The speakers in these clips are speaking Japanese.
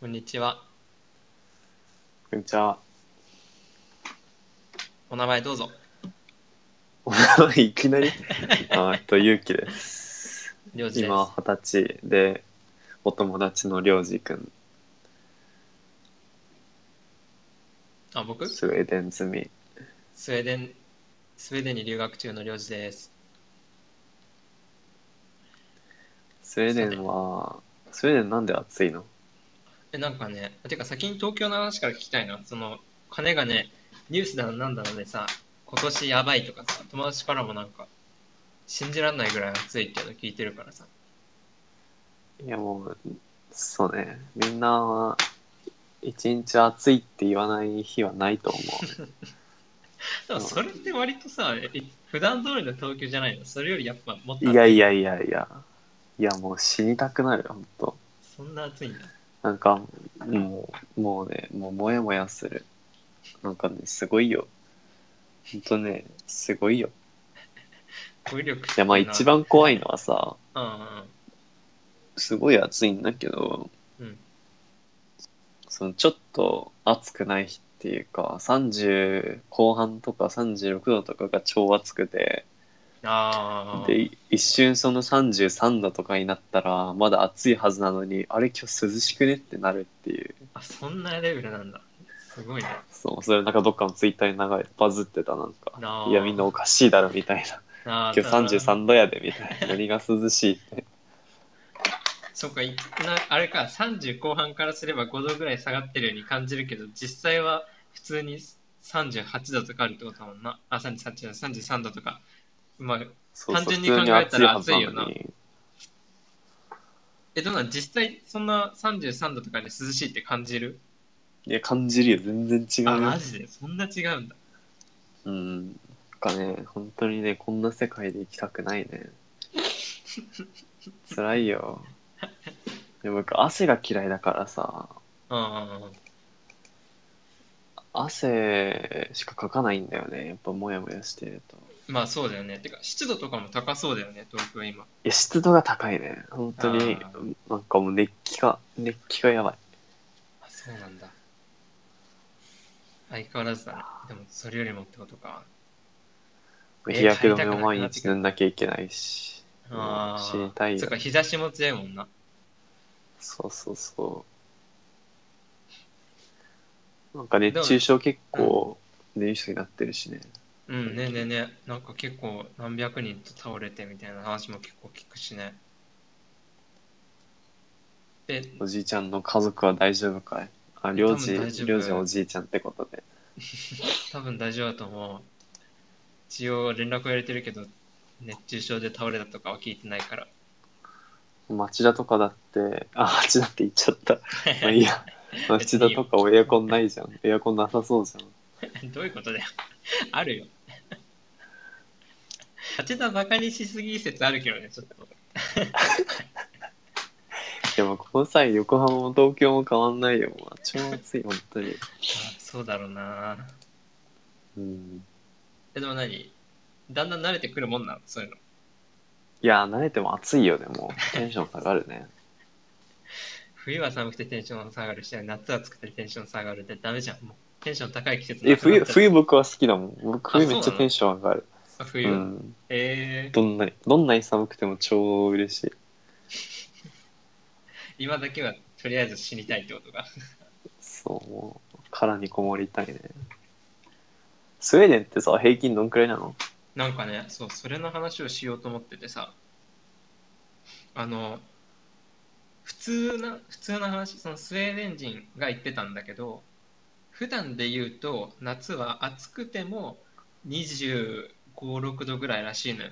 こんにちは。こんにちは。お名前どうぞ。いきなりあえっと、ゆうきです。りょうじです。今、二十歳で、お友達のりょうじくん、あ、僕ススウェーデン済み。ウェーデン、スウェーデンに留学中のりょうじです。スウェーデンは、スウェーデンなんで暑いのえ、なんかね、てか先に東京の話から聞きたいな。その、金がね、ニュースだのなんだのでさ、今年やばいとかさ、友達からもなんか、信じられないぐらい暑いっていうの聞いてるからさ。いや、もう、そうね。みんなは、一日暑いって言わない日はないと思う。でもそれって割とさ、え普段通りの東京じゃないのそれよりやっぱもっと暑いやいやいやいや。いや、もう死にたくなるよ、ほんと。そんな暑いんだ。なんか、もう、もうね、もうもやもやする。なんかね、すごいよ。ほんとね、すごいよ。語彙力いや、まあ低一いな。番怖いのはさ、うんすごい暑いんだけど、うんうん。そのちょっと暑くない日っていうか、30後半とか36度とかが超暑くて、ああ。で、い一瞬その33度とかになったら、まだ暑いはずなのに、あれ今日涼しくねってなるっていう。あ、そんなレベルなんだ。すごいね。そう、それなんかどっかのツイッターに流れてバズってたなんか、なあいやみんなおかしいだろみたいな。あー今日33度やでみた いな。何が涼しいって。そっかいなあれか30後半からすれば5度ぐらい下がってるように感じるけど実際は普通に38度とかあるってことだもんなあ38度33度とかまあそうそう単純に考えたら暑いよな普通に暑いはずにえどうなん実際そんな33度とかで涼しいって感じるいや、感じるよ。全然違うあよ。マジでそんな違うんだうん。なんかね、本当にね、こんな世界で生きたくない ね。辛いよ。でも僕、汗が嫌いだからさ、うん汗しかかかないんだよね。やっぱモヤモヤしてると。まあそうだよねてか湿度とかも高そうだよね東京今いや、湿度が高いね。本当にあ、なんかもう熱気が、熱気がやばい。あそうなんだ相変わらずだねでもそれよりもってことかえー日焼け止めを毎日塗んなきゃいけないし。ああ死にたいよそっか日差しも強いもんなそうそうそう。なんか熱中症結構、ね、いい人になってるしね。うん、ねえねえねえ、なんか結構何百人と倒れてみたいな話も結構聞くしね。え、おじいちゃんの家族は大丈夫かいあ、りょうじ、多分大丈夫りょうじはおじいちゃんってことで。多分大丈夫だと思う。一応連絡を入れてるけど、熱中症で倒れたとかは聞いてないから。 町田とかだって、あ、町田って言っち ゃった。まあいいや。町田とかおエアコンないじゃん。エアコンなさそうじゃん。どういうことだよ。 あるよ。 八田バカにしすぎ説あるけどね、ちょっと。でもこの際、横浜も東京も変わんないよ。もう超暑い、本当に。あそうだろうな。うん。え、でも何だんだん慣れてくるもんなのそういうの。いや、慣れても暑いよ、でも。テンション下がるね。冬は寒くてテンション下がるし、夏は暑くてテンション下がるってダメじゃん。もうテンション高い季節え、なくなっ冬、ちゃう冬僕は好きだもん。僕、冬めっあそうなちゃのテンション上がる。あう冬、ん。えー、どんなに、どんなに寒くても超嬉しい。今だけはとりあえず死にたいってことが。そう、もう、殻にこもりたいね。スウェーデンってさ、平均どんくらいなのなんかね、そう、それの話をしようと思っててさ、あの、普通な、普通な話、そのスウェーデン人が言ってたんだけど、普段で言うと、夏は暑くても25、6度ぐらいらしいのよ。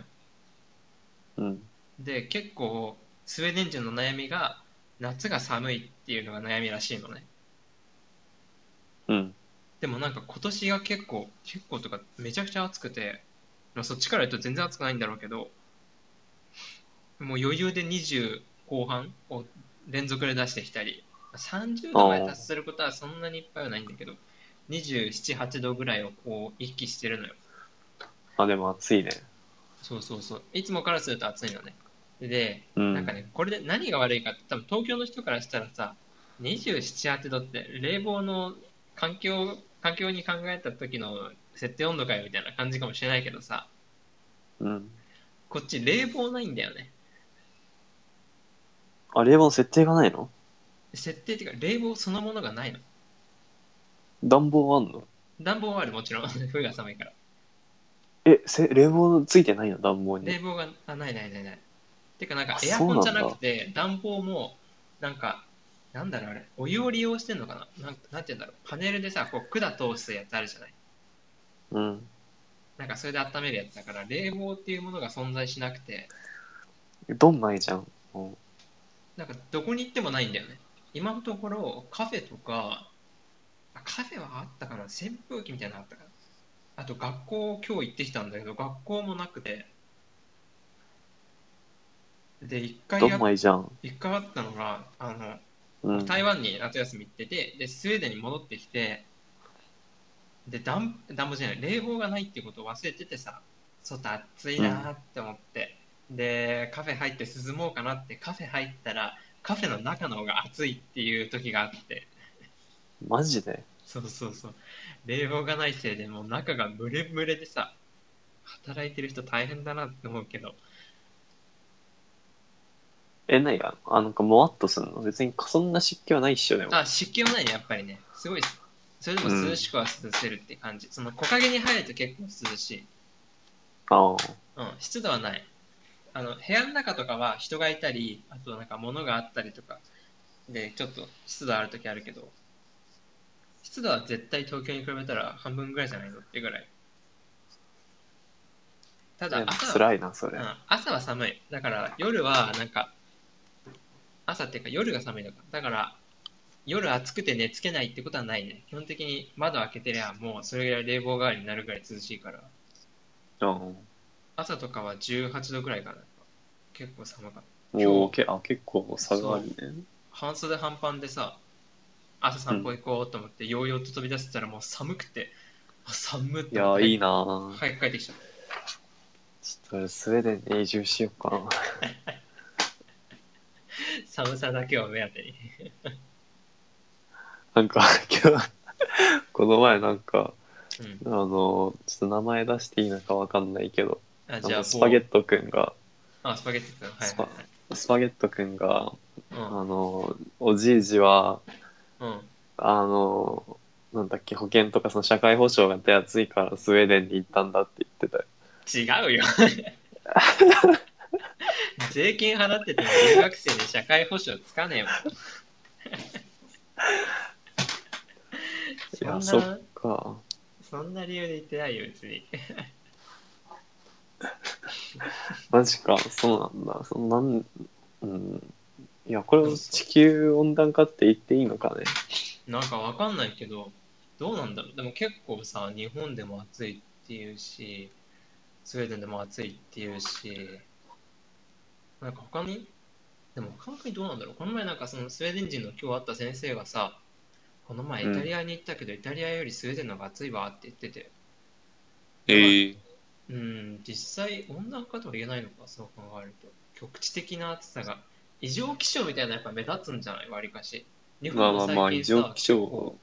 うん。で結構スウェーデン人の悩みが夏が寒いっていうのが悩みらしいのねうん。でもなんか今年が結構結構とかめちゃくちゃ暑くて、まあ、そっちから言うと全然暑くないんだろうけどもう余裕で20後半を連続で出してきたり30度まで達することはそんなにいっぱいはないんだけど278度ぐらいをこう一気してるのよあ、でも暑いね。そうそうそういつもからすると暑いのねでうん。なんかね、これで何が悪いかって、多分東京の人からしたらさ、 27、8度って冷房の環境、環境に考えた時の設定温度かよみたいな感じかもしれないけどさ、うん。こっち冷房ないんだよね。あ、冷房の設定がないの設定っていうか冷房そのものがないの。暖房あんの暖房はあるもちろん。 冬が寒いから。え、せ冷房ついてないの暖房冷に。房が、あ、ないないないない。てかなんかあエアコンじゃなそうなんだくて暖房も、なんか、なんだろうあれ、お湯を利用してんのかななんなんて言うんだろう。パネルでさ、こう管通すやつあるじゃないうん。なんかそれで温めるやつだから、冷房っていうものが存在しなくて、どんないじゃん。もなんかどこに行ってもないんだよね。今のところカフェとか、あカフェはあったかな扇風機みたいなのあったかなあと学校今日行ってきたんだけど、学校もなくて。で、一う回どやんないじゃん。一回あったのが、あの、うん。台湾に夏休み行ってて、で、スウェーデンに戻ってきて、で、暖暖房じゃない、冷房がないってことを忘れててさ、外暑いなーって思って、で、カフェ入って涼もうかなって、カフェ入ったら、カフェの中の方が暑いっていう時があって、マジでそうそうそう、冷房がないせいでもう中がムレムレでさ、働いてる人大変だなって思うけど、え、何があ、なんかもわっとすんの別にそんな湿気はないっしょ、でも。あ、湿気はないね、やっぱりね。すごい、それでも涼しくは涼せるって感じ。その木陰に入ると結構涼しい。ああ。うん、湿度はない。あの、部屋の中とかは人がいたり、あとなんか物があったりとか、で、ちょっと湿度あるときあるけど、湿度は絶対東京に比べたら半分ぐらいじゃないのってぐらい。ただでも朝は、辛いな、それう。ん、朝は寒い。だから夜はなんか、朝っていうか夜が寒いのか。だから、夜暑くて寝つけないってことはないね。基本的に窓開けてりゃもうそれぐらい冷房代わりになるぐらい涼しいから。うん。朝とかは18度ぐらいかな結構寒かったおお、けあ結構差があるね。半袖半パンでさ朝散歩行こうと思って、ヨーヨーと飛び出してたらもう寒くてあ寒っいてや思っー、ていいなー早く帰ってきちゃっちょっとスウェーデンに移住しようかな。 た寒さだけを目当てになんか、今日、 この前なんか、うんあの、ちょっと名前出していいのかわかんないけど、ああじゃあのスパゲテットくんが、あスパゲッティ君はいスパスパゲットくんが、あはいはいの、おじいじは、うんうんあの、なんだっけ、保険とかその社会保障が手厚いからスウェーデンに行ったんだって言ってたよ。違 うよ税金払ってても留学生で社会保障つかねえもんいや、そそんなっか。そんな理由で言ってないよ別に マジか、そうなんだ。そのなん、うん。いや、これを地球温暖化って言っていいのかね。なんかわかんないけど、どうなんだろう。でも結構さ、日本でも暑いっていうし、スウェーデンでも暑いっていうし、なんか他に、でも他の国どうなんだろう。この前なんかそのスウェーデン人の今日会った先生がさ、この前イタリアに行ったけど、イタリアよりスウェーデンの方が暑いわって言ってて、えうん、実際温暖化とは言えないのか、そう考えると。局地的な暑さが、異常気象みたいなのやっぱ目立つんじゃないわりかし。日まあ本まもあまあ、最異近さ常気結構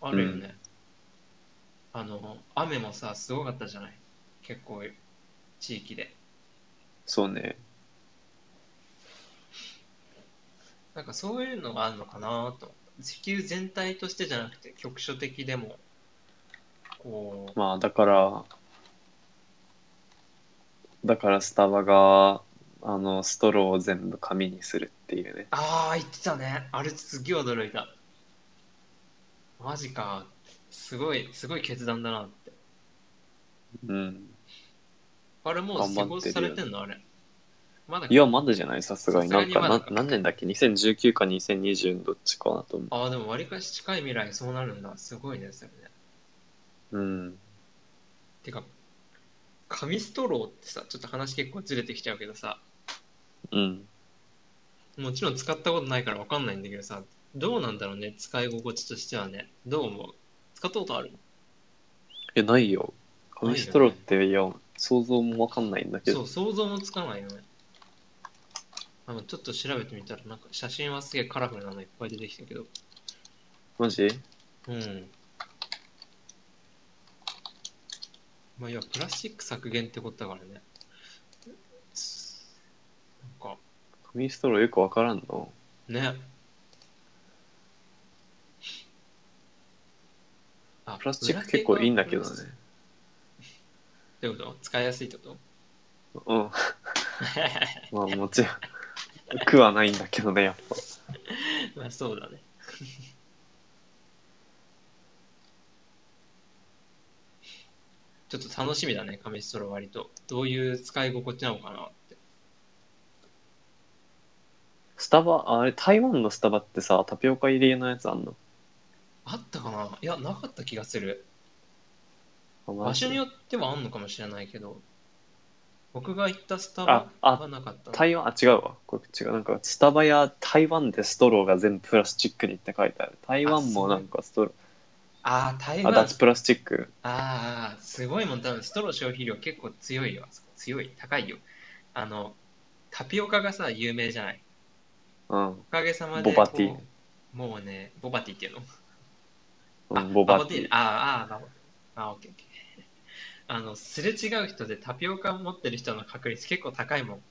象。あるよね。あの、雨もさ、すごかったじゃない結構、地域で。そうね。なんかそういうのがあるのかなと。石油全体としてじゃなくて、局所的でも、こう、まあ、だから、だからスタバが、あの、ストローを全部紙にするっていうね。ああ、言ってたね。あれすげえ驚いた。マジか。すごい、すごい決断だなって。うん。あれもう施頑行張ってるよされてんのあれ。まだいや、まだじゃない、さすがに。さすがなんにか、まだな何年だっけ ?2019 か2020のどっちかなと思ああ、でも割かし近い未来そうなるんだ。すごいですよね。う。うん。てか紙ストローってさちょっと話結構ずれてきちゃうけどさうん。もちろん使ったことないから分かんないんだけどさどうなんだろうね使い心地としてはねどう思う使ったことあるえ、ないよ。ない紙よねストローって、いや、想像もわかんないんだけどそ。う想像もつかないよねあのちょっと調べてみたら、なんか写真はすげえカラフルなのいっぱい出てきたけど。マジうん。まあ、いや、プラスチック削減ってことだからね。なんか、紙ストローよくわからんのね。あ、プラスチック結構いいんだけどねプラスチック。ってこと使いやすいってことうん。まあもちろん。苦はないんだけどね、やっぱ。まあ、そうだね。 ちょっと楽しみだね、紙ストロー割と。どういう使い心地なのかなって。スタバ、ああれ、台湾のスタバってさ、タピオカ入りのやつあんのあったかないや、なかった気がする。あマ場ジ所によってはあんのかもしれないけど、僕が行ったスタバああはなかったな。台湾、あ、違うわ。これ違う。なんか、スタバや台湾でストローが全部プラスチックにって書いてある。台湾もなんかストロああ、台ー、あ、湾。あ脱プラスチック。あー、すごいもん、多分ストロー消費量結構強いよ。あそこ強い、高いよ。あの、タピオカがさ、有名じゃない。うん。おかげさまで。ボバティこうもうね、ボバティっていうのうあん、ボバティィ。ああ、ああ、ああ、オッケーオッケー。 あの、すれ違う人でタピオカ持ってる人の確率結構高いもん。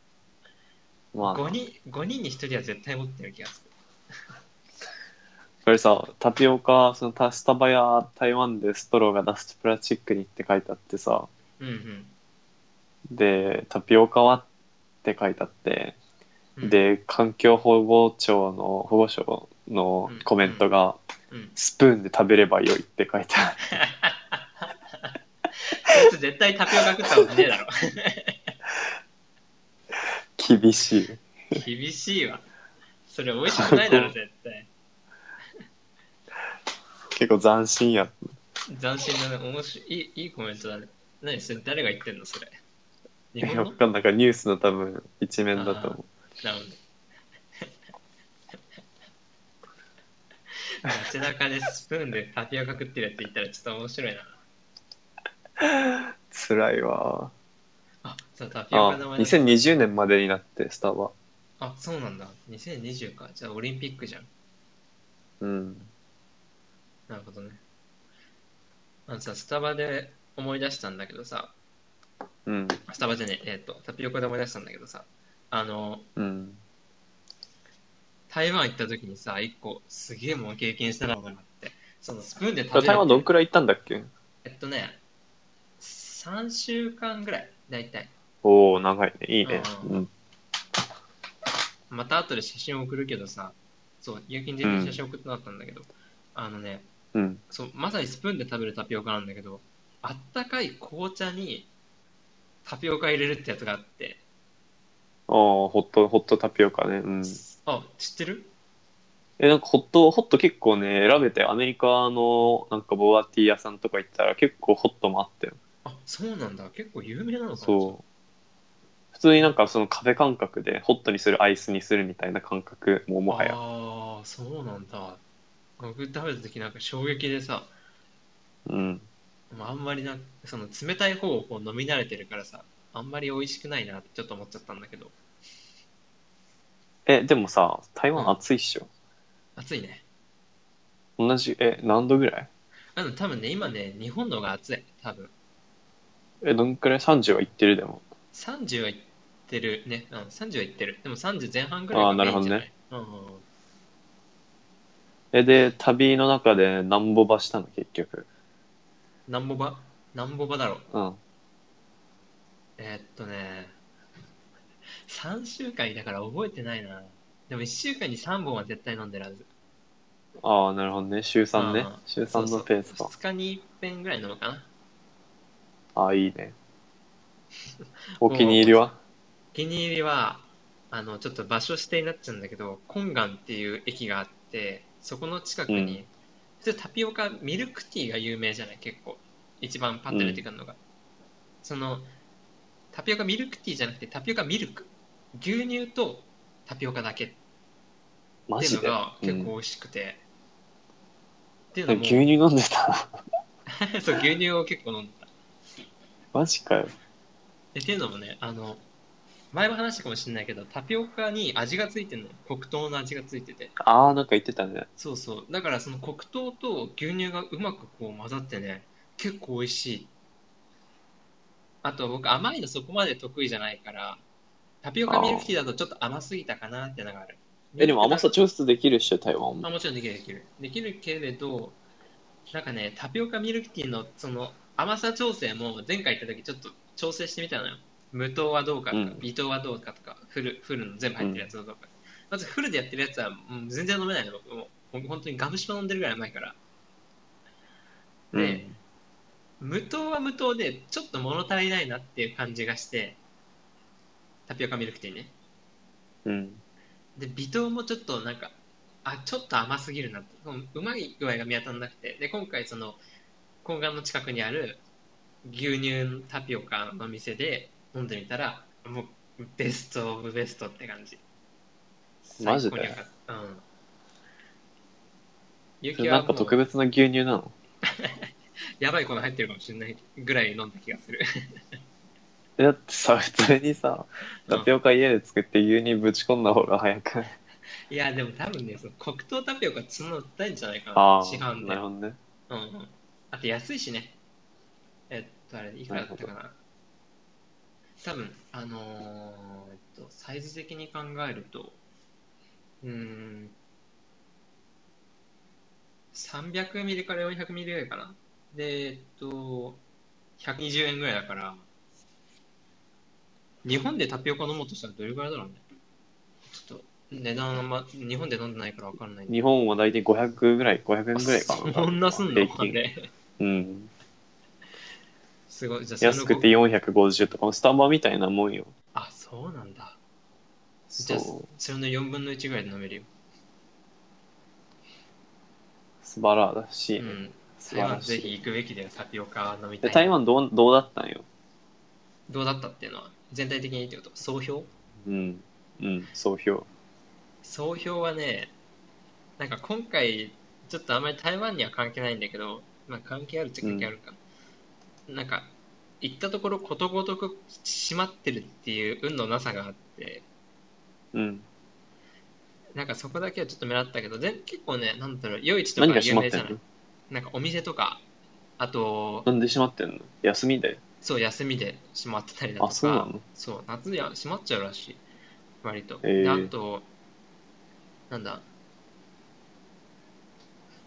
まあ、 5人、5人に1人は絶対持ってる気がする。これさ、タピオカ、そのタスタバや台湾でストローが脱プラスチックにって書いてあってさ、うんで、タピオカはって書いてあって、うん。うん、で、環境保護庁の、保護省のコメントが、うん。スプーンで食べればよいって書いてある。こいつ絶対タピオカ食ったことねえだろ。 厳しい。厳しいわ。それ美味しくないだ ろ、絶対。結構斬新や。斬新だね。面白い、いいいいコメントだね。何それ誰が言ってんのそれ。い日や本のわかんないからニュースの多分一面だと思う。なるほど。街中でスプーンでタピオカ食ってるやついたらちょっと面白いな。辛いわ。あ、そう、タピオあカ、の話2020年までになって、スタバ。あ、そうなんだ。2020か。じゃあオリンピックじゃん。うん。なるほどね。あのさ、スタバで思い出したんだけどさ、うん。スタバじゃねえ、えっ、と、タピオカで思い出したんだけどさ、あの、うん。台湾行った時にさ、一個すげえもん経験したなのがあって、そのスプーンで食べる。台湾どんくらい行ったんだっけえっとね、3週間ぐらい、だいたい。おお長いね。いいね。ううん。また後で写真送るけどさ、そう、有金 JP に写真送ってなかったんだけど、あのね、うん。そう、まさにスプーンで食べるタピオカなんだけど、あったかい紅茶にタピオカ入れるってやつがあって、ああ、ホット、ホットタピオカね。うん。あ、知ってるえ、なんかホット、ホット結構ね、選べて、アメリカのなんかボワティ屋さんとか行ったら結構ホットもあったよ。あ、そうなんだ。結構有名なのかなそう。普通になんかその壁感覚で、ホットにする、アイスにするみたいな感覚ももはや。ああ、そうなんだ。僕食べた時なんか衝撃でさ、うん。まああんまりなんかその冷たい方をこう飲み慣れてるからさ、あんまり美味しくないなってちょっと思っちゃったんだけど、え、でもさ、台うん湾暑いっしょ。暑いね。同じ、え、何度ぐらいあの多分ね、今ね、日本の方が暑い。多分。え、どんくらい ?30 は行ってるでも。 30はいってるね。うん、30はいってる。でも30前半ぐらいがメインじゃない。うんうんうん。え、で、旅の中で何ぼばしたの、結局。なんぼばなんぼばだろう。うん。えーっとね、3週間だから覚えてないな。でも1週間に3本は絶対飲んでるはず。ああ、なるほどね。週3ねあー。週3のペースか。 2日に1遍ぐらい飲むかな。ああ、いいね。お気に入 りはお気に入りは、あの、ちょっと場所指定になっちゃうんだけど、コンガンっていう駅があって、そこの近くに、う普通タピオカ、ミルクティーが有名じゃない結構。一番パッと出てくるのが。その、タピオカミルクティーじゃなくてタピオカミルク。牛乳とタピオカだけっマていうジので。が結構うん美味しくて。っていうの牛も、乳飲んでた そう牛乳を結構飲んだ。マジかよ。でっていうのもね、あの、前も話したかもしれないけど、タピオカに味がついてるのよ。黒糖の味がついてて。ああ、なんか言ってたね。そうそう。だからその黒糖と牛乳がうまくこう混ざってね、結構美味しい。あと僕甘いのそこまで得意じゃないから、タピオカミルクティーだとちょっと甘すぎたかなってのがある。え、でも甘さ抽出できるっしょ、台湾まも。あ、もちろんできるできる。できるけれど、なんかね、タピオカミルクティーのその甘さ調整も前回行った時ちょっと調整してみたのよ。無糖はどうかとうかん、微糖はどうかとか、フル、フルの全部入ってるやつはどうか。まずフルでやってるやつは、うん、全然飲めないの、僕もう。本当にガムシパ飲んでるぐらい甘いから。うねん。無糖は無糖で、ちょっと物足りないなっていう感じがして、タピオカミルクティーね。うん。で微糖もちょっとなんかあちょっと甘すぎるなってそのうまい具合が見当たらなくてで今回その高岩の近くにある牛乳タピオカの店で飲んでみたらもうベストオブベストって感じマジで最高に良かったうんそ雪れなはんもか特う別な牛乳なのやばい粉入ってるかもしれないぐらい飲んだ気がす るえだってさ、普通にさ、タピオカ家で作って牛乳ぶち込んだ方が早くない。いやでも多分ねその黒糖タピオカそんなの売ってないんじゃないかあな市あ、販なでるほどね。うんうん。あと安いしね。えっと、あれ、いくらだったかな。多分、あのーえっと、サイズ的に考えると、うーん、300ミリから400ミリぐらいかな。で、えっと、120円ぐらいだから、日本でタピオカ飲もうとしたらどれぐらいだろうね。ちょっと、値段は、ま、日本で飲んでないからわかんないんだけ日本は大体500ぐらい、500円ぐらいかな。ど。そんなすんの平あ均れ。うん。すごい。じゃあ、安くて450とか、スタバみたいなもんよ。あ、そうなんだ。じゃあ、そうそ。れの4分の1ぐらいで飲めるよ。素晴らしういね。ん。素晴台湾らしぜい。ひ行くべきだよ、タピオカ飲みたでい。台湾どうどうだったんよ。どうだったっていうのは、全体的にってこと総評うん。うん、総評。総評はね、なんか今回、ちょっとあんまり台湾には関係ないんだけど、まあ関係あるっちゃ関係あるか。なんか、行ったところことごとく閉まってるっていう運のなさがあって、うん。なんかそこだけはちょっと目立ったけど、全結構ね、なんだろう、夜市と何かが閉有まっ名てじゃんないのなんかお店とか、あと、なんで閉まってんの休みで。そう、休みで閉まってたりだとか、あそうなのそう夏で閉まっちゃうらしい、割と。へえで、あと、なんだ、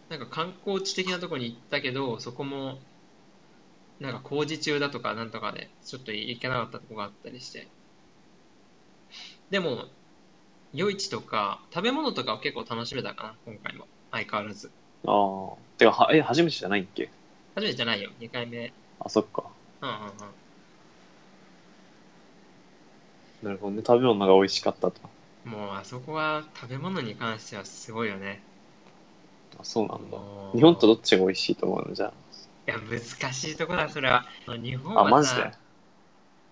なんか観光地的なところに行ったけど、そこも、なんか工事中だとか、なんとかで、ちょっと行けなかったとこがあったりして。でも、夜市とか、食べ物とかは結構楽しめたかな、今回も。相変わらず。ああ。てか、はえ、初めてじゃないっけ初めてじゃないよ、2回目。あ、そっか。うんうんうん。なるほどね。食べ物が美味しかったと。もうあそこは食べ物に関してはすごいよね。あ、そうなんだ。もう日本とどっちが美味しいと思うのじゃいや、難しいとこだ、それは。日本あ。あ、マはジでさ、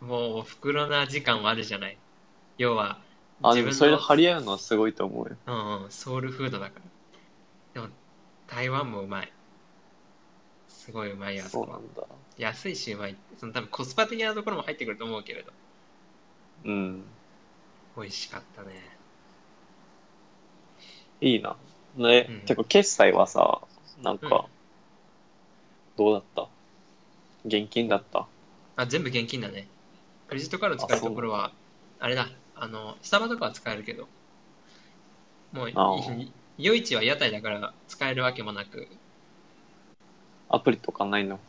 もうお袋な時間はあるじゃない。要は、あ、自で分ものそれで張り合うのはすごいと思うよ。うんうん、ソウルフードだから。でも、台湾もうまい。すごいうまいやつ。そうなんだ。安いしうまい。その多分コスパ的なところも入ってくると思うけれど、うん。美味しかったね。いいな。ね、うんてか、決済はさ、なんうんか、どうだった現金だったあ、全部現金だね。クレジットカード使うところは、あれだ、あの、スタバとかは使えるけど、もうあ、夜市は屋台だから使えるわけもなく、アプリとかないの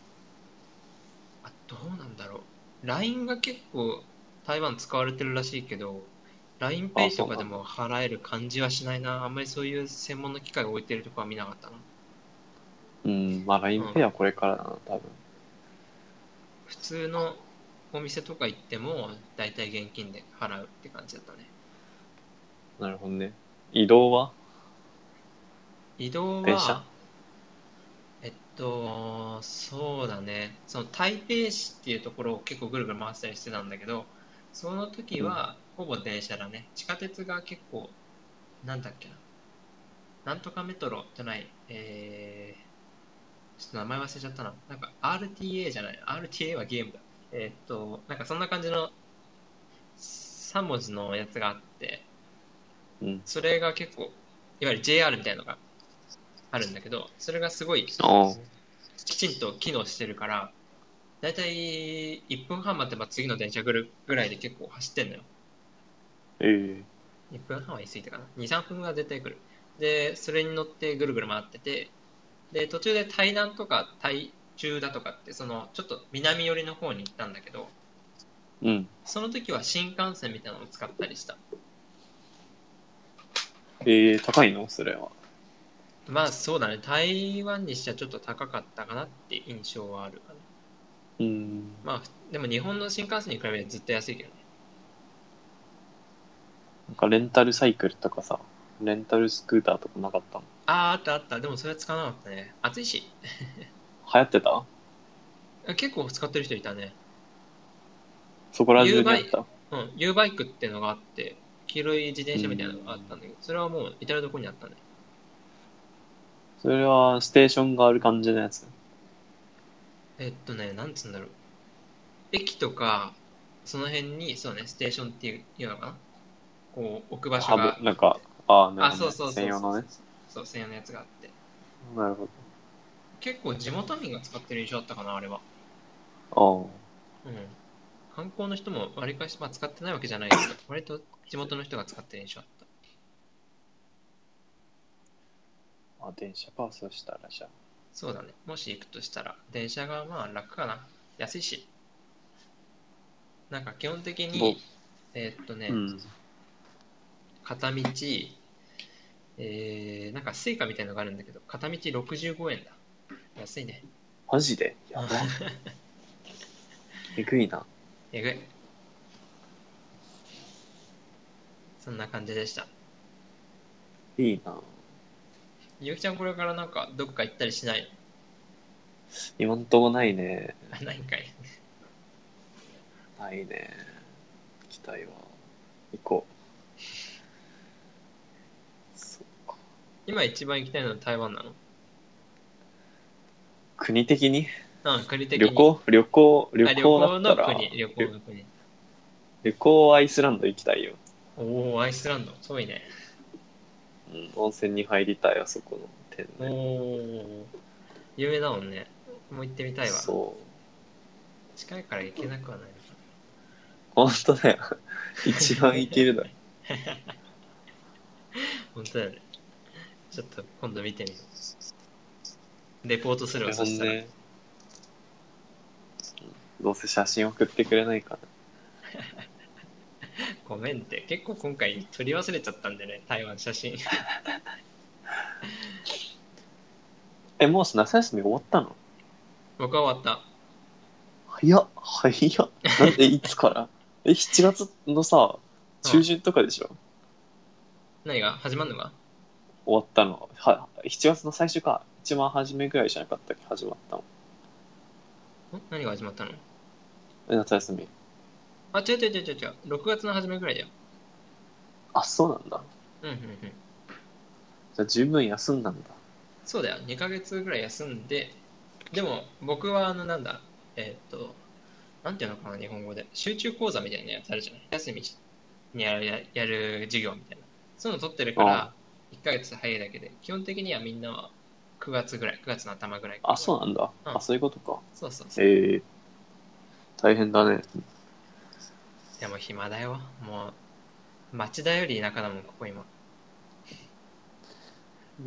あ、どうなんだろう。LINE が結構台湾使われてるらしいけど、あ LINEPay そとうなかんでだも払える感じはしないな。あんまりそういう専門の機械を置いてるとこは見なかったな。うん、まあ LINEPay はこれからだな、多分。普通のお店とか行っても、だいたい現金で払うって感じだったね。なるほどね。移動は移動電は車、えっと、そうだね、その台北市っていうところを結構ぐるぐる回したりしてたんだけど、その時はほぼ電車だね。地下鉄が結構、なんだっけな。なんとかメトロじゃない、えー、ちょっと名前忘れちゃったな。なんか RTA じゃない、RTA はゲームだ。えっと、なんかそんな感じの、 3文字のやつがあって、うんそれが結構いわゆる JR みたいなのがあるんだけどそれがすごいああきちんと機能してるからだいたい1分半待てば次の電車来るぐらいで結構走ってんのよええ1分半は言い過ぎたかな23分は絶対来るでそれに乗ってぐるぐる回っててで途中で台南とか台中だとかってそのちょっと南寄りの方に行ったんだけどうん。その時は新幹線みたいなのを使ったりしたええ高いのそれは。まあそうだね台湾にしてはちょっと高かったかなって印象はあるかなうん。まあでも日本の新幹線に比べてずっと安いけどねなんかレンタルサイクルとかさ、レンタルスクーターとかなかったのあああったあったでもそれは使わなかったね暑いし流行ってた結構使ってる人いたねそこら中にあった。うん、U バイクっていうのがあって、黄色い自転車みたいなのがあったんだけど、それはもう至る所にあったね。それはステーションがある感じのやつ。えっとね、なんつうんだろう。駅とか、その辺に、そうね、ステーションっていういうのかなこう、置く場所がハ。ブなんか、ああ、なあ、るほそどうそうそうそう。専用のね。。そう、専用のやつがあって。なるほ結構地元民が使ってる印象あったかな、あれは。ど。うん。観光の人も割り返し、まあ使ってないわけじゃないけど、割と地元の人が使ってる印象あった。ああ。あ、電車パスをしたらじゃあ。そうだね。もし行くとしたら、電車がまあ楽かな。安いし。なんか基本的もうに、えーっとね、うん。片道、えー、なんかスイカみたいのがあるんだけど、片道65円だ。安いね。マジでや ば。えぐいな。えぐい。そんな感じでした。いいな。ゆうきちゃんこれからなんかどっか行ったりしない 今んとこないね。のないんかい。ないね。行きたいわ。行こう。そうか。今一番行きたいのは台湾なの国的にうん、国的に。旅行旅行、旅あ旅行行だのったら国、旅行の国。旅行はアイスランド行きたいよ。おおアイスランド。遠いね。うん、温泉に入りたい、あそこの天お然。お有名だもんねもう行ってみたいわそう。近いから行けなくはないのか本当だ よ。一番行けるだろ。本当だよねちょっと今度見てみようレポートするわそほんしたらで、どうせ写真送ってくれないかごめんって結構今回撮り忘れちゃったんでね台湾写真な。え、もう夏休み終わったの僕は終わっ早っ、早っ。なんでいつから え、7月のさ、た、中うん旬とかでしょ、何が始まるのが終わったの。は、7月の最初か。一番初めぐらいじゃなかったっけ始まったの。ん何が始まったのえ夏休み。あ違う違う違う違う違う6月の初めぐらいだよあ、そうなんだ。うんうんうんじゃあ十分休んだんだ。そうだよ2ヶ月ぐらい休んででも僕はあのなんだえーっとなんていうのかな日本語で集中講座みたいなやつあるじゃない休みにやるややる授業みたいなそういうの取ってるかあら1ヶ月早いだけで基本的にはみんなは9月ぐらい9月の頭ぐらいあ、そうなんだ。うんあ、そういうことか。そうそうそうええ大変だね。でも暇だよもう町田より田舎だもんここ今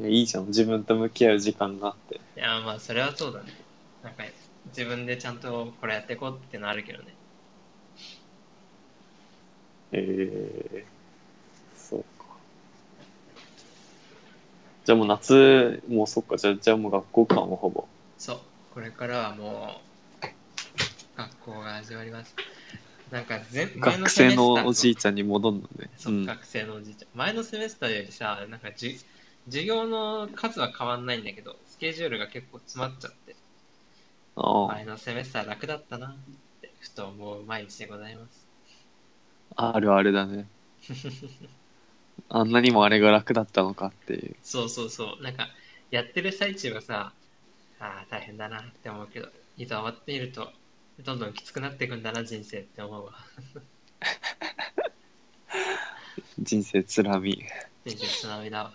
いや、いいじゃん。自分と向き合う時間があって。いやまあそれはそうだねなんか自分でちゃんとこれやっていこうってのあるけどねええそうか。じゃあもう夏、もうそっか。じゃあ、じゃあもう学校かもうほぼ。そう、これからはもう、学校が始まります。なんか前、前学生のセメスターおじいちゃんに戻んのね。そう、学生のおじいちゃん。前のセメスターよりさ、なんかじ、授業の数は変わんないんだけど、スケジュールが結構詰まっちゃって、ああ前のセメスター楽だったなって、ふと思う毎日でございます。あるあるだ ね。あんなにもあれが楽だったのかっていう。そうそうそう、なんか、やってる最中はさ、ああ、大変だなって思うけど、いざ終わってみると、どんどんきつくなっていくんだな、人生って思うわ。人生つらみ。人生つなみだわ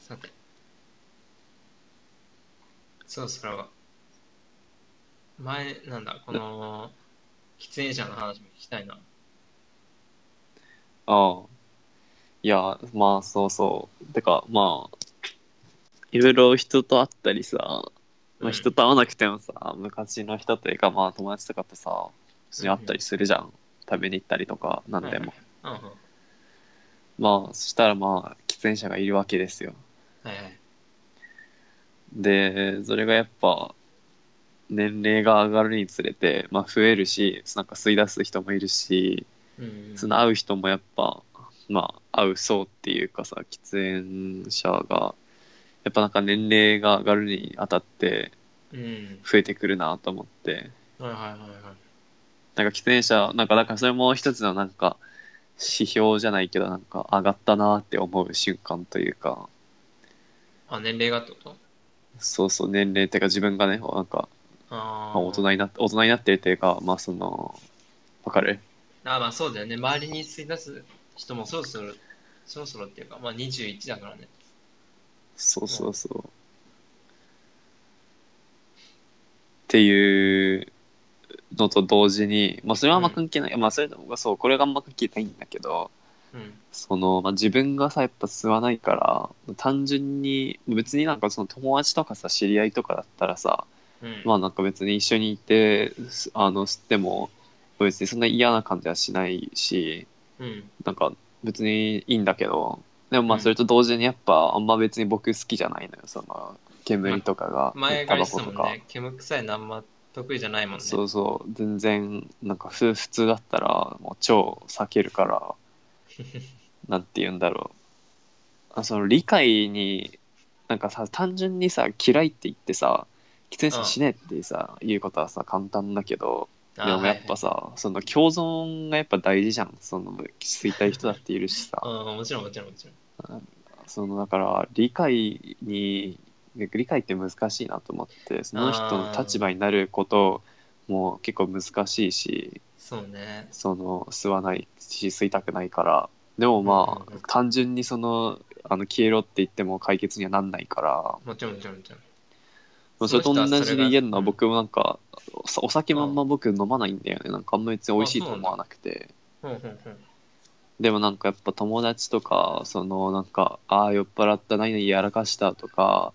さてそろそろ前なんだこの喫煙者の話も聞きたいなああ。いや、まあそうそう。てか、まあ、いろいろ人と会ったりさ、まあ、人と会わなくてもさ、昔の人というか、まあ友達とかとさ、普通に会ったりするじゃん。食べに行ったりとか、なうんんでも。うんうんはまあ、そしたらまあ、喫煙者がいるわけですよ。いはいで、それがやっぱ、年齢が上がるにつれて、まあ増えるし、なんか吸い出す人もいるし、うんその会う人もやっぱ、まあ、会う層っていうかさ、喫煙者が、やっぱなんか年齢が上がるにあたってうん増えてくるなと思って、はいはいはいはいなんか喫煙者、なんかだからそれも一つのなんか指標じゃないけど、なんか上がったなって思う瞬間というか、あ年齢がってことそうそう年齢っていうか自分がね、なんか、あまああ大人になって、大人になってるっていうか、まあその、わかるあまあそうだよね周りに吸い出す人もそろそろそろそろっていうかまあ21だからねそうそうそう。っていうのと同時に、まあ、それはあんま関係ない、まあ、それがそう、これがあんま関係ないんだけど、うんその、まあ、自分がさ、やっぱ吸わないから、単純に、別になんかその友達とかさ、知り合いとかだったらさ、うんまあなんか別に一緒にいて、すあの、吸っても、別にそんな嫌な感じはしないし、うんなんか別にいいんだけど、でもまうあんそれと同時にやっぱあんま別に僕好きじゃないのよ、その煙とかが、前タから言っバてコたともんか。ね煙臭いのあんま得意じゃないもんねそうそう、全然なんかふ普通だったらもう超避け るから、なんて言うんだろう。あその理解に、なんかさ、単純にさ、嫌いって言ってさ、喫煙者しねえってさ、言うことはさ、簡単だけど、あーでもやっぱさ、その共存がやっぱ大事じゃん。その吸いたい人だっているしさ。はいはいうんもちろんもちろんもちろんそのだから理解に理解って難しいなと思ってその人の立場になることも結構難しいしそうねその吸わないし吸いたくないからでもまうんうんうんあ単純にそのあの消えろって言っても解決にはなんないからもちろんもちろんもちろんまあそれと同その人はそじれがで言えるのは僕もなんかおさお酒もあんま僕飲まないんだよねなんかあんま別に美味しいと思わなくて。うんうんうんでもなんかやっぱ友達とかそのなんかああ酔っ払った何々やらかしたとか、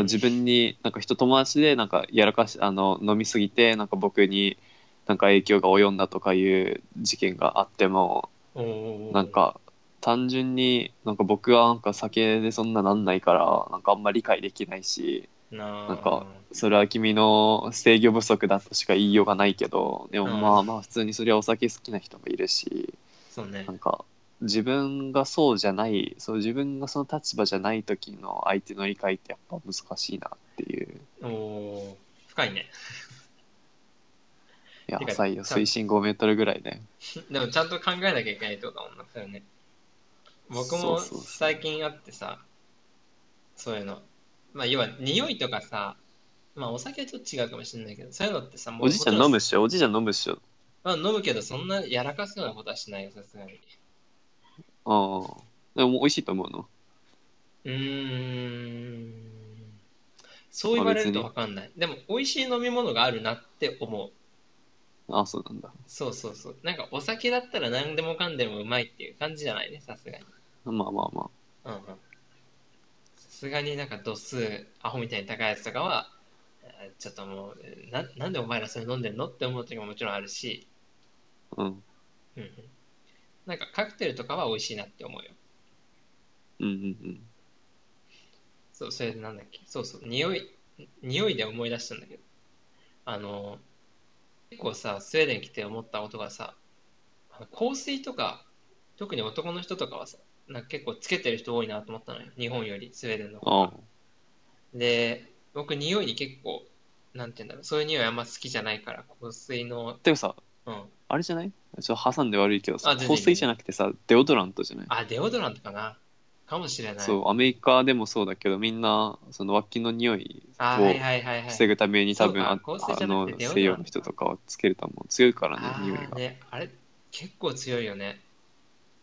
うあ、ん自分になんか人友達でなんかやらかしあの飲みすぎてなんか僕になんか影響が及んだとかいう事件があってもおーなんか単純になんか僕はなんか酒でそんななんないからなんかあんま理解できないしななんかそれは君の制御不足だとしか言いようがないけどでもまうあまあ普通にそれはお酒好きな人もいるし。そうねなんか自分がそうじゃないそう自分がその立場じゃない時の相手の理解ってやっぱ難しいなっていうおお深いね いやてか浅いよちゃん水深5メートルぐらいねでもちゃんと考えなきゃいけないってことだもんなそれね僕そもうそうそう最近あってさそういうのまあ要は匂いとかさまあお酒はちょっと違うかもしれないけどそういうのってさもうおじいちゃん飲むもっしょおじいちゃん飲むっしょろんまあ飲むけどそんなやらかすようなことはしないよさすがにああでも美味しいと思うのうーんそう言われると分かんない。でも、美味しい飲み物があるなって思う。ああそうなんだそうそうそう。なんか、お酒だったら何でもかんでもうまいっていう感じじゃないね、さすがに。まあまあまうんうん。さすがになんか度数、アホみたいに高いやつとかは、えーちょっともう、ななんでお前らそれ飲んでんのって思う時ももちろんあるし、あうんうんうん。なんか、カクテルとかは美味しいなって思うよ。うんうんそう、それでなんだっけ、そうそう、匂い、匂いで思い出したんだけど、あの、結構さ、スウェーデン来て思ったことがさ、あの香水とか、特に男の人とかはさ、なんか結構つけてる人多いなと思ったのよ。日本より、スウェーデンのうん方あが。で、僕、匂いに結構、なんて言うんだろう、そういう匂いあんま好きじゃないから、香水のあ、てかさうん。あれじゃないちょっと挟んで悪いけどあさ全然香水じゃなくてさデオドラントじゃないあ、デオドラントかな。かもしれない。そう、アメリカでもそうだけど、みんな、その脇の匂いあーはいをはいはいはい。防ぐために多分、そうあか香水じゃあなのくてデオドラント西洋の人とかはつけるともう強いからあね、匂いーが。ね、あれ、結構強いよね。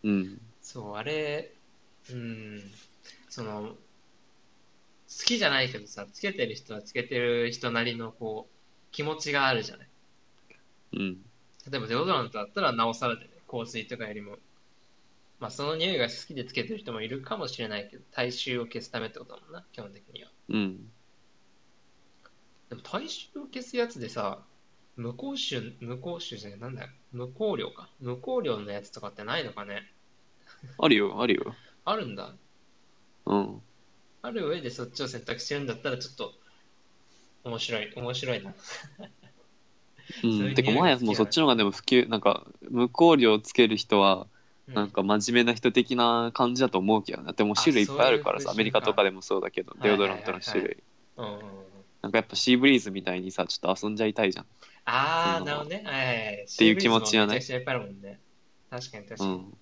うん。そう、あれ、うん、その、好きじゃないけどさ、つけてる人はつけてる人なりの、こう、気持ちがあるじゃない。うん。例えばデオドラントだったらなおさらでね、香水とかよりも、まあその匂いが好きでつけてる人もいるかもしれないけど、体臭を消すためってことだもんな、基本的には。うん。でも体臭を消すやつでさ、無香臭、無香臭じゃない、なんだよ、無香料か。無香料のやつとかってないのかね。あるよ、あるよ。あるんだ。うん。ある上でそっちを選択してるんだったらちょっと面白い面白いなう、そういうんてか、匂いがもはやもうそっちの方がでも普及、なんか、無香料つける人は、うんなんか真面目な人的な感じだと思うけどね。でも種類いっぱいあるからさ、あアそうメいう風習リかカとかでもそうだけど、はいデはオいはいはドラいントの種類。うんうんうんなんかやっぱシーブリーズみたいにさ、ちょっと遊んじゃいたいじゃん。あああのなるほどねはいはいはいっていう気持ちはねめちゃくちゃいっぱいあるもんね確かに確かうに、ん。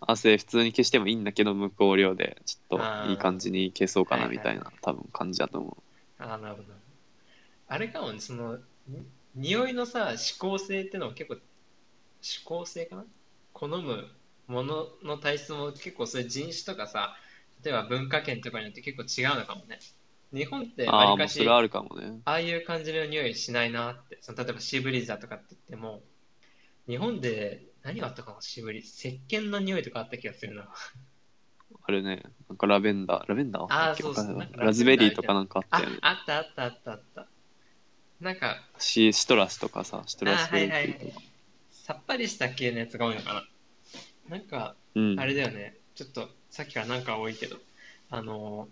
汗普通に消してもいいんだけど、無香料で、ちょっといい感じに消そうかなみたいな、多分感じだと思ああなるほどあれかもねそのに匂いのさ指向性ってのは結構指向性かな好むものの体質も結構そういう人種とかさ例えば文化圏とかによって結構違うのかもね日本ってう。わあありー、もかうしそれはあるかもね。ああいう感じの匂いしないなって、その例えばシーブリーザーとかって言っても、日本で何があったかな、シーブリー石鹸の匂いとかあった気がするな。あれね、なんかラベンダー、ラベンダーあーだっけそうそうわかんないなんかラズベリーとかなんかあっあたよね、。 あったあったあったあった。なんか、シシトラスとかさ、シトラスベリあはいーはいとか。さっぱりした系のやつが多いのかな。なんか、うんあれだよね、ちょっとさっきからなんか多いけど、あのー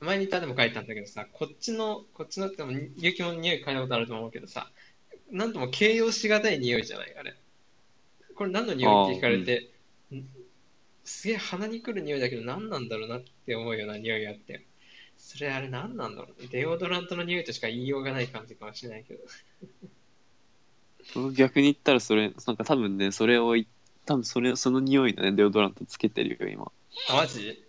前に歌でも書いたんだけどさ、こっちの、こっちのっても、ゆきも匂い嗅いだことあると思うけどさ、なんとも形容しがたい匂いじゃない、あれ。これ何の匂いって聞かれて、んすげえ鼻にくる匂いだけど何なんだろうなって思うような匂いがあって、それあれ何なんだろうねデオドラントの匂いとしか言いようがない感じかもしれないけど。僕逆に言ったらそれ、なんか多分ね、それをい、多分それ、その匂いのね、デオドラントつけてるよ、今。あ、マジ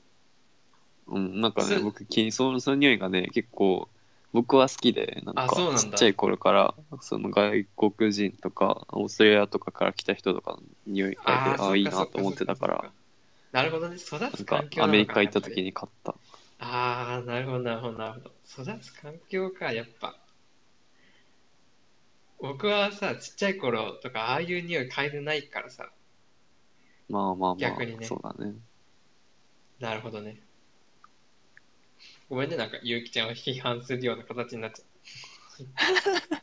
うん、なんかね、そう僕気に、その、その匂いがね、結構、僕は好きで、なんあか、そうなんだちっちゃい頃から、その外国人とか、オーストラリアとかから来た人とかの匂い嗅いで、あーそっあかあ、いいなそっかと思ってたかそっら、なるほどね、育なつんか環、境なアのメリカ行ったやぱり時に買った。ああ、なるほど、なるほど、なるほど。育つ環境か、やっぱ。僕はさ、ちっちゃい頃とか、ああいう匂い嗅いでないからさ、まあまあまあ、逆にねそうだね。なるほどね。ごめんね、なんか、ゆうきちゃんを批判するような形になっちゃっ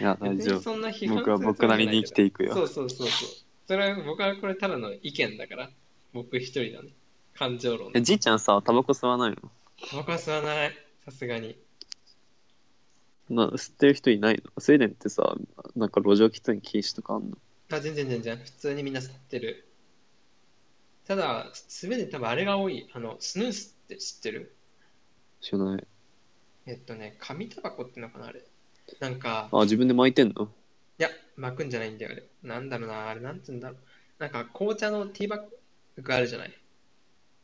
いや、た。大別丈に夫。そんな批判僕は僕なりに生きていくそよ。うそうそうそう。それは、僕はこれただの意見だから、僕一人だね。感情論。え、じいちゃんさ、タバコ吸わない僕は吸わない、さすがに。のな吸ってる人いないのスウェーデンってさ、なんか路上喫煙禁止とかあんのあ、全然全然、普通にみんな吸ってる。ただ、すべて多分あれが多い。あの、スヌースって知ってる知らない。えっとね、紙タバコってのかな、あれ。なんか、あ、自分で巻いてんのいや、巻くんじゃないんだよ、あれ。なんだろうな、あれ、なんつうんだろう。なんか、紅茶のティーバッグあるじゃない。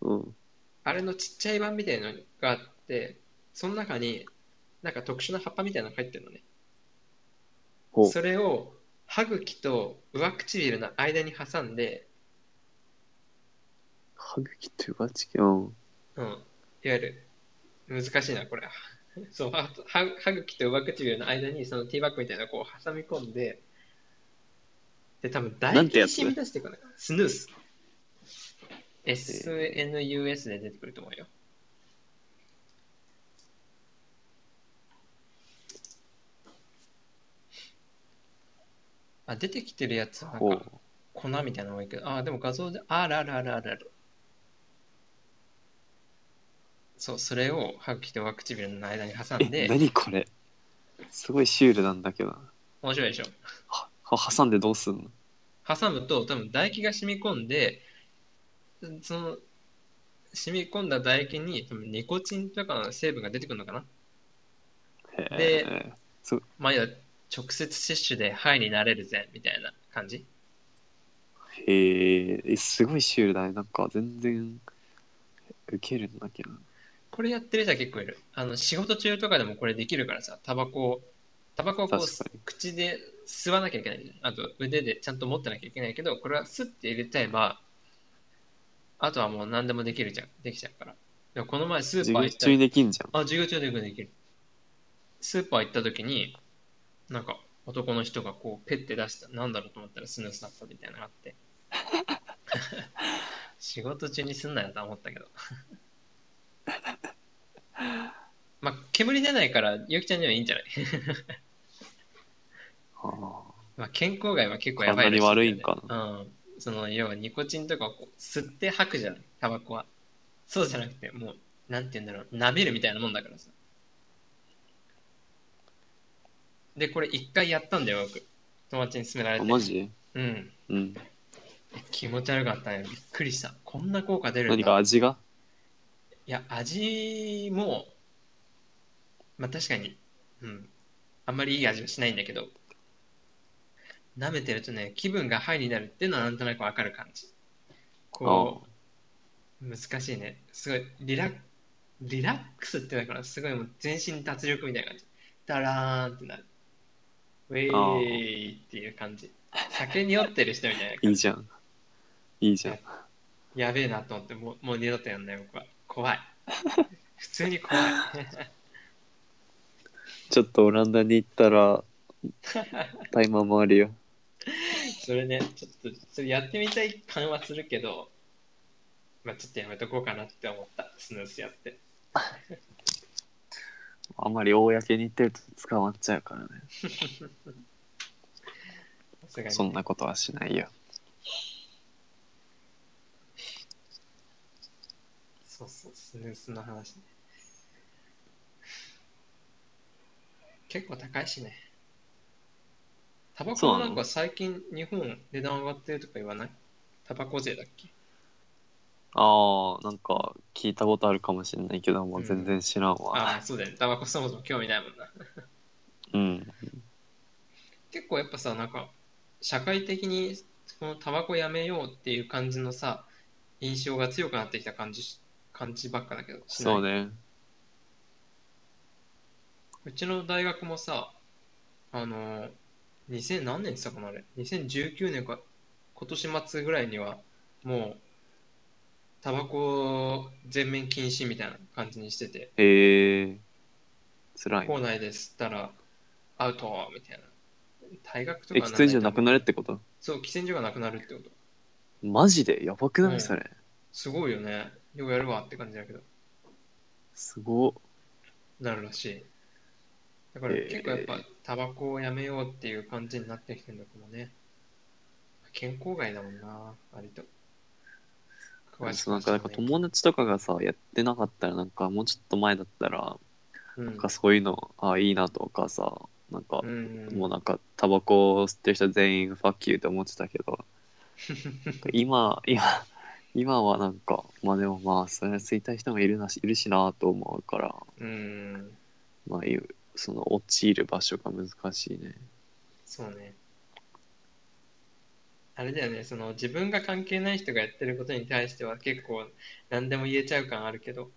うん。あれのちっちゃい版みたいなのがあって、その中に、なんか特殊な葉っぱみたいなのが入ってるのね。ほう。それを、歯茎と上唇の間に挟んで、歯茎というか、チキン。うん。いわゆる、難しいな、これ。 そう、歯歯歯茎と上唇の間に、そのティーバッグみたいなのをこう挟み込んで、で、多分、唾なん液てやにつ染み出してこない。スヌース。SNUS で出てくると思うよ。あ、出てきてるやつはなんほかう。粉みたいなのが多いけど、ああ、でも画像で、あるあるあるあるある。そう、それを歯茎と上唇の間に挟んえ、で、何これすごいシュールなんだけど。面白いでしょ。は、は挟んでどうすんの挟むと、多分唾液が染み込んで、その、染み込んだ唾液に、多分ニコチンとかの成分が出てくるのかなへえ。まあ、いや直接摂取で肺になれるぜ、みたいな感じへええ、すごいシュールだね。なんか全然、受けるんだけど。これやってる人は結構いる。あの、仕事中とかでもこれできるからさ、タバコを、タバコをこ確かう、口で吸わなきゃいけない。あと、腕でちゃんと持ってなきゃいけないけど、これはスッて入れちゃえば、あとはもう何でもできるじゃん。できちゃうから。でもこの前スー授パー業行った中にできんじゃん。あ、授業中でよくできる。スーパー行った時に、なんか男の人がこうペッて出した、なんだろうと思ったらスヌースだったみたいなのがあ って。仕事中にすんなよとは思ったけど。 まあ、煙出ないから、ゆきちゃんにはいいんじゃないああまあ、健康害は結構やばいらし体に悪いんかな。うん。その、要はニコチンとかをこう吸って吐くじゃない、タバコは。そうじゃなくて、もう、なんて言うんだろう、舐めるみたいなもんだからさ。で、これ一回やったんだよ、僕。友達に勧められあて。マジうん。うん。気持ち悪かったね。びっくりした。こんな効果出るん何だか。味がいや、味も、まあ確かに、うん。あんまりいい味はしないんだけど、舐めてるとね、気分がハイになるっていうのはなんとなくわかる感じ。こう、難しいね。すごい、リラッ、リラックスってだから、すごいもう全身脱力みたいな感じ。ダラーンってなる。ウェああーイっていう感じ。酒に酔ってる人みたいな感じいいじゃん。いいじゃん。やべえなと思ってもうもう二度とやんない僕は怖い普通に怖いちょっとオランダに行った ら、タイマー回るよ。それねちょっとそれやってみたい感はするけどまあちょっとやめとこうかなって思ったスヌースやってあんまり公に行ってると捕まっちゃうからね。さすがにそんなことはしないよ。そうそうスヌースの話ね結構高いしねタバコもなんか最近日本値段上がってるとか言わないタバコ税だっけああ、なんか聞いたことあるかもしれないけど、もう全然知らんわ。ああそうだよねタバコそもそも興味ないもんなうん。結構やっぱさなんか社会的にこのタバコやめようっていう感じのさ印象が強くなってきた感じし感じばっかだけどしないそうね。うちの大学もさあの2000何年って言ったかなあれ2019年か今年末ぐらいにはもうタバコ全面禁止みたいな感じにしててへえ。辛いね。校内で吸ったらアウトみたいな大学とかえ、は喫煙じゃなくなるってことそう喫煙所がなくなるってことマジでやばくない、うんそれ。すごいよね。ようやるわって感じだけど、すごっ。なるらしい。だからえー結構やっぱ、タバコをやめようっていう感じになってきてるのかもね。健康害だもんな、割と。詳しくそうなんか、なんか友達とかがさ、やってなかったら、なんかもうちょっと前だったら、うんなんかそういうの、ああ、いいなとかさ、なんか、うん、もうなんか、タバコを吸ってる人全員ファッキーって思ってたけ ど、なんか今、今、今はなんか、まあでもまあ、それ吸いたい人もいるなし、いるしなと思うから、うん、まあ、いうその、陥る場所が難しいね。そうね。あれだよね、その自分が関係ない人がやってることに対しては結構何でも言えちゃう感あるけど、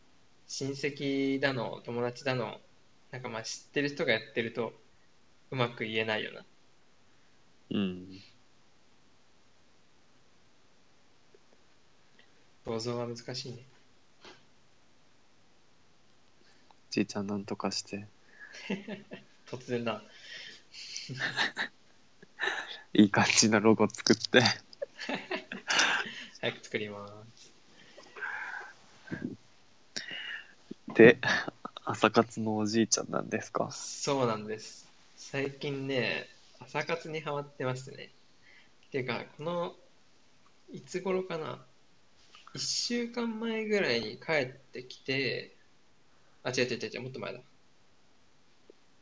親戚だの、友達だの、なんかまあ知ってる人がやってるとうまく言えないよな。うん。想像は難しいね。じいちゃんなんとかして、突然だ。いい感じのロゴ作って。 早く作ります。で、朝活のおじいちゃんなんですかそうなんです。最近ね、朝活にハマってましてね。っていうか、この、いつ頃かな ?1 週間前ぐらいに帰ってきて、あ、違う違う違う違う、もっと前だ。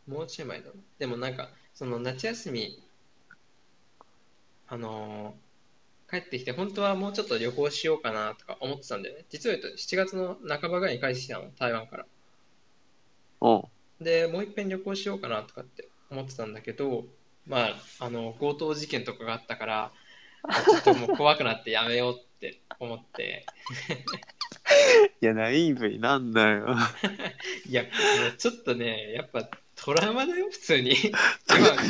もうちょい前だな。でもなんか、その夏休み、あのー帰ってきて、本当はもうちょっと旅行しようかなとか思ってたんだよね。実を言うと、7月の半ばぐらいに帰ってきたの、台湾から。うん。で、もう一遍旅行しようかなとかって思ってたんだけど、まあ、あの、強盗事件とかがあったから、ちょっともう怖くなってやめようって思って、いや、ナイーブになんなよ。 いや、もうちょっとね、やっぱトラウマだよ、普通に。今、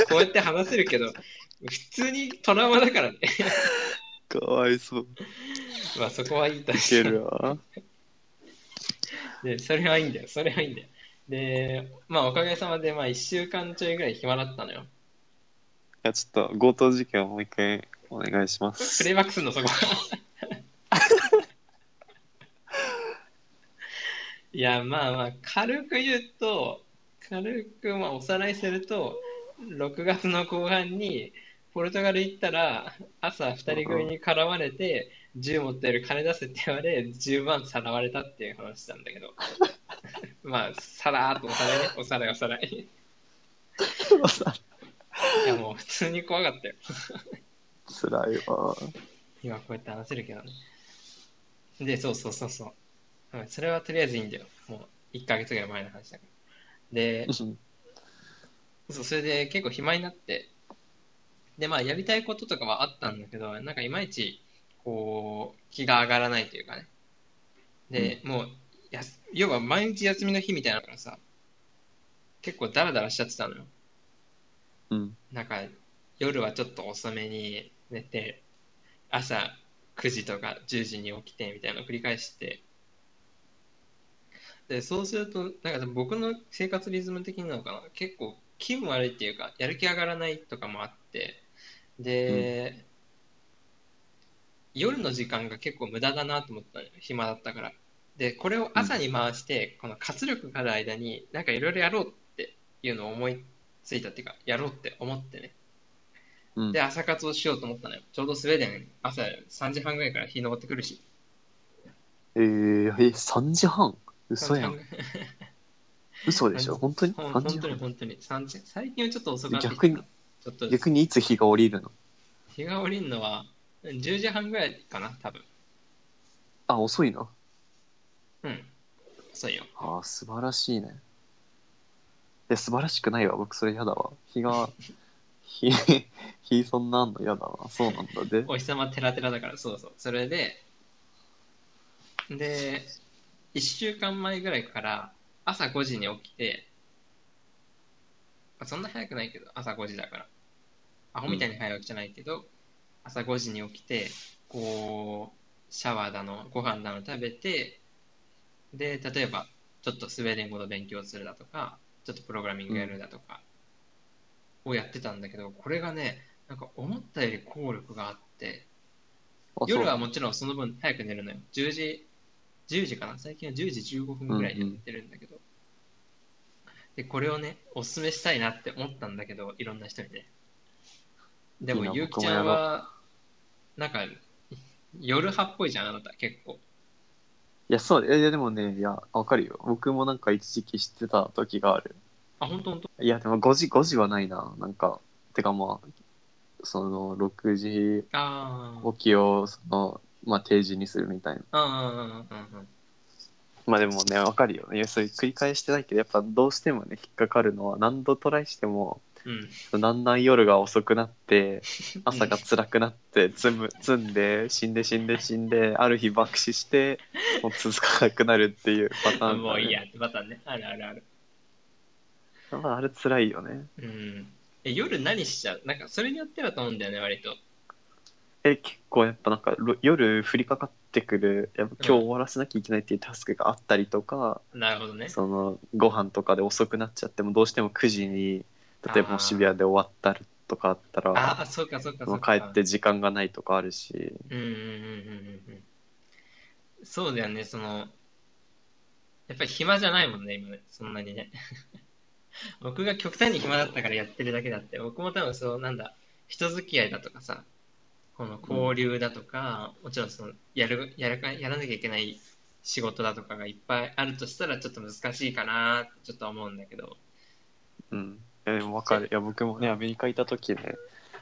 こうやって話せるけど、普通にトラウマだからね。かわいそう。まあそこはいいといしけてる わ。で、それはいいんだよ、それはいいんだよ。で、まあおかげさまで、まあ1週間ちょいぐらい暇だったのよ。いや、ちょっと強盗事件をもう一回お願いし まプす。レイバックすんの、そこ。いや、まあまあ、軽く言うと、軽くまあおさらいすると、6月の後半に、ポルトガル行ったら、朝2人組に絡まれて、銃持ってる金出せって言われ、10万さらわれたっていう話なんだけど。まあ、さらーっとおさらいね、おさらいおさらい。いや、もう普通に怖かったよ。つらいわ。今こうやって話せるけどね。で、そうそうそうそう。うんそれはとりあえずいいんだよ。もう1ヶ月ぐらい前の話だから。で、そうそれで結構暇になって、で、まあやりたいこととかはあったんだけど、なんかいまいち、こう、気が上がらないというかね。で、もうやす、要は毎日休みの日みたいなのからさ、結構ダラダラしちゃってたのよ。うん。なんか夜はちょっと遅めに寝て朝9時とか10時に起きてみたいなのを繰り返してでそうするとなんか僕の生活リズム的なのかな結構気分悪いっていうかやる気上がらないとかもあってで、夜の時間が結構無駄だなと思ったのよ暇だったからでこれを朝に回して、この活力がある間になんかいろいろやろうっていうのを思いついたっていうかやろうって思ってねうんで。朝活をしようと思ったのよちょうどスウェーデン朝3時半ぐらいから日昇ってくるしえー、え、3時半嘘や3時半ぐん。らい嘘でしょ本当に ほん ?3 本時当に半本当に3時最近はちょっと遅くなってきた逆にちょっとずつ逆にいつ日が降りるの日が降りるのは10時半ぐらいかな多分あ、遅いな。うん遅いよあー素晴らしいね。いや、素晴らしくないわ。僕、それやだわ。日が、日、日そんなんのやだわ。そうなんだ。で、お日様テラテラだからそうそうそれでで1週間前ぐらいから朝5時に起きて、まあ、そんな早くないけど朝5時だからアホみたいに早起きじゃないけど、朝5時に起きてこうシャワーだのご飯だの食べてで例えばちょっとスウェーデン語の勉強するだとかちょっとプログラミングやるだとかをやってたんだけど、これがねなんか思ったより効力があってあ夜はそうもちろんその分早く寝るのよ10時10時かな最近は10時15分ぐらいで寝てるんだけど、でこれをねおすすめしたいなって思ったんだけどいろんな人にねでもいいなゆうき僕ちもやゃろうんはなんか夜派っぽいじゃんあなた結構いや、そう、いや、いやでもね、いや、わかるよ。僕もなんか一時期知ってた時がある。あ本当本当いや、でも5時、5時はないな。なんか、てかまあ、その、6時あー起きを、その、まあ、定時にするみたいな。あーあーあーあーまあでもね、わかるよ。いや、それ繰り返してないけど、やっぱどうしてもね、引っかかるのは、何度トライしても、うんだんだん夜が遅くな って、朝が辛くなって、積む、積んで、死んで死んで死んで、ある日爆死して、もう続かなくなるっていうパターン、もういいや。ってパターンねあるあるあるまあ、あれ辛いよね。うんえ夜何しちゃうなんかそれによってだと思うんだよね割とえ、結構やっぱなんかろ夜降りかかってくる、やっぱ今日終わらせなきゃいけないっていうタスクがあったりとか、なるほどねそのご飯とかで遅くなっちゃってもどうしても9時に、例えばもう渋谷で終わったりとかあったあら、あ、そうかそうかそもうう帰か。って時間がないとかあるし、うんうんうんうんうんうん。そうだよね、その、やっぱり暇じゃないもんね、今ね、そんなにね。 僕が極端に暇だったからやってるだけだって、僕も多分そう、なんだ、人付き合いだとかさ、この交流だとか、もちろんそのやるやるか、やらなきゃいけない仕事だとかがいっぱいあるとしたら、ちょっと難しいかなってちょっとは思うんだけど。うん。いやでもわかる。いや、僕もね、アメリカいた時ね、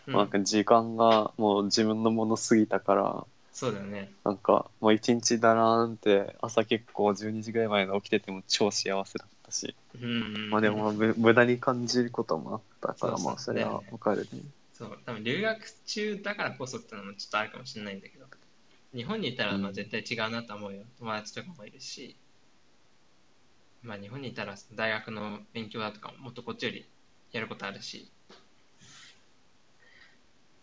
うんもうなんか時間がもう自分のもの過ぎたから、そうだよね。なんかもう一日だらーんって、朝結構12時ぐらいまで起きてても超幸せだったし、うんうんうん、まあでもまあ無無駄に感じることもあったからそうそうまあそれはわかるね。そう多分留学中だからこそってのもちょっとあるかもしれないんだけど日本にいたらまうあん絶対違うなと思うよ、友達とかもいるし、まあ、日本にいたら大学の勉強だとかももっとこっちよりやることあるし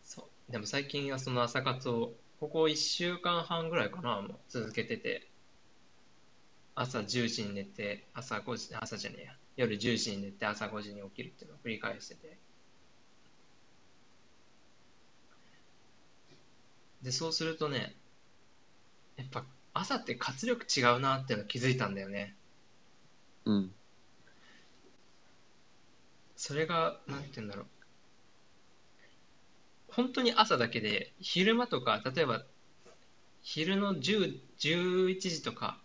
そうでも最近はその朝活をここ1週間半ぐらいかなもう続けてて朝10時に寝て朝5時朝じゃねえや夜10時に寝て朝5時に起きるっていうのを繰り返しててでそうするとねやっぱ朝って活力違うなっていうの気づいたんだよねうん。それがなんて言うんだろう本当に朝だけで昼間とか例えば昼の10 11時とか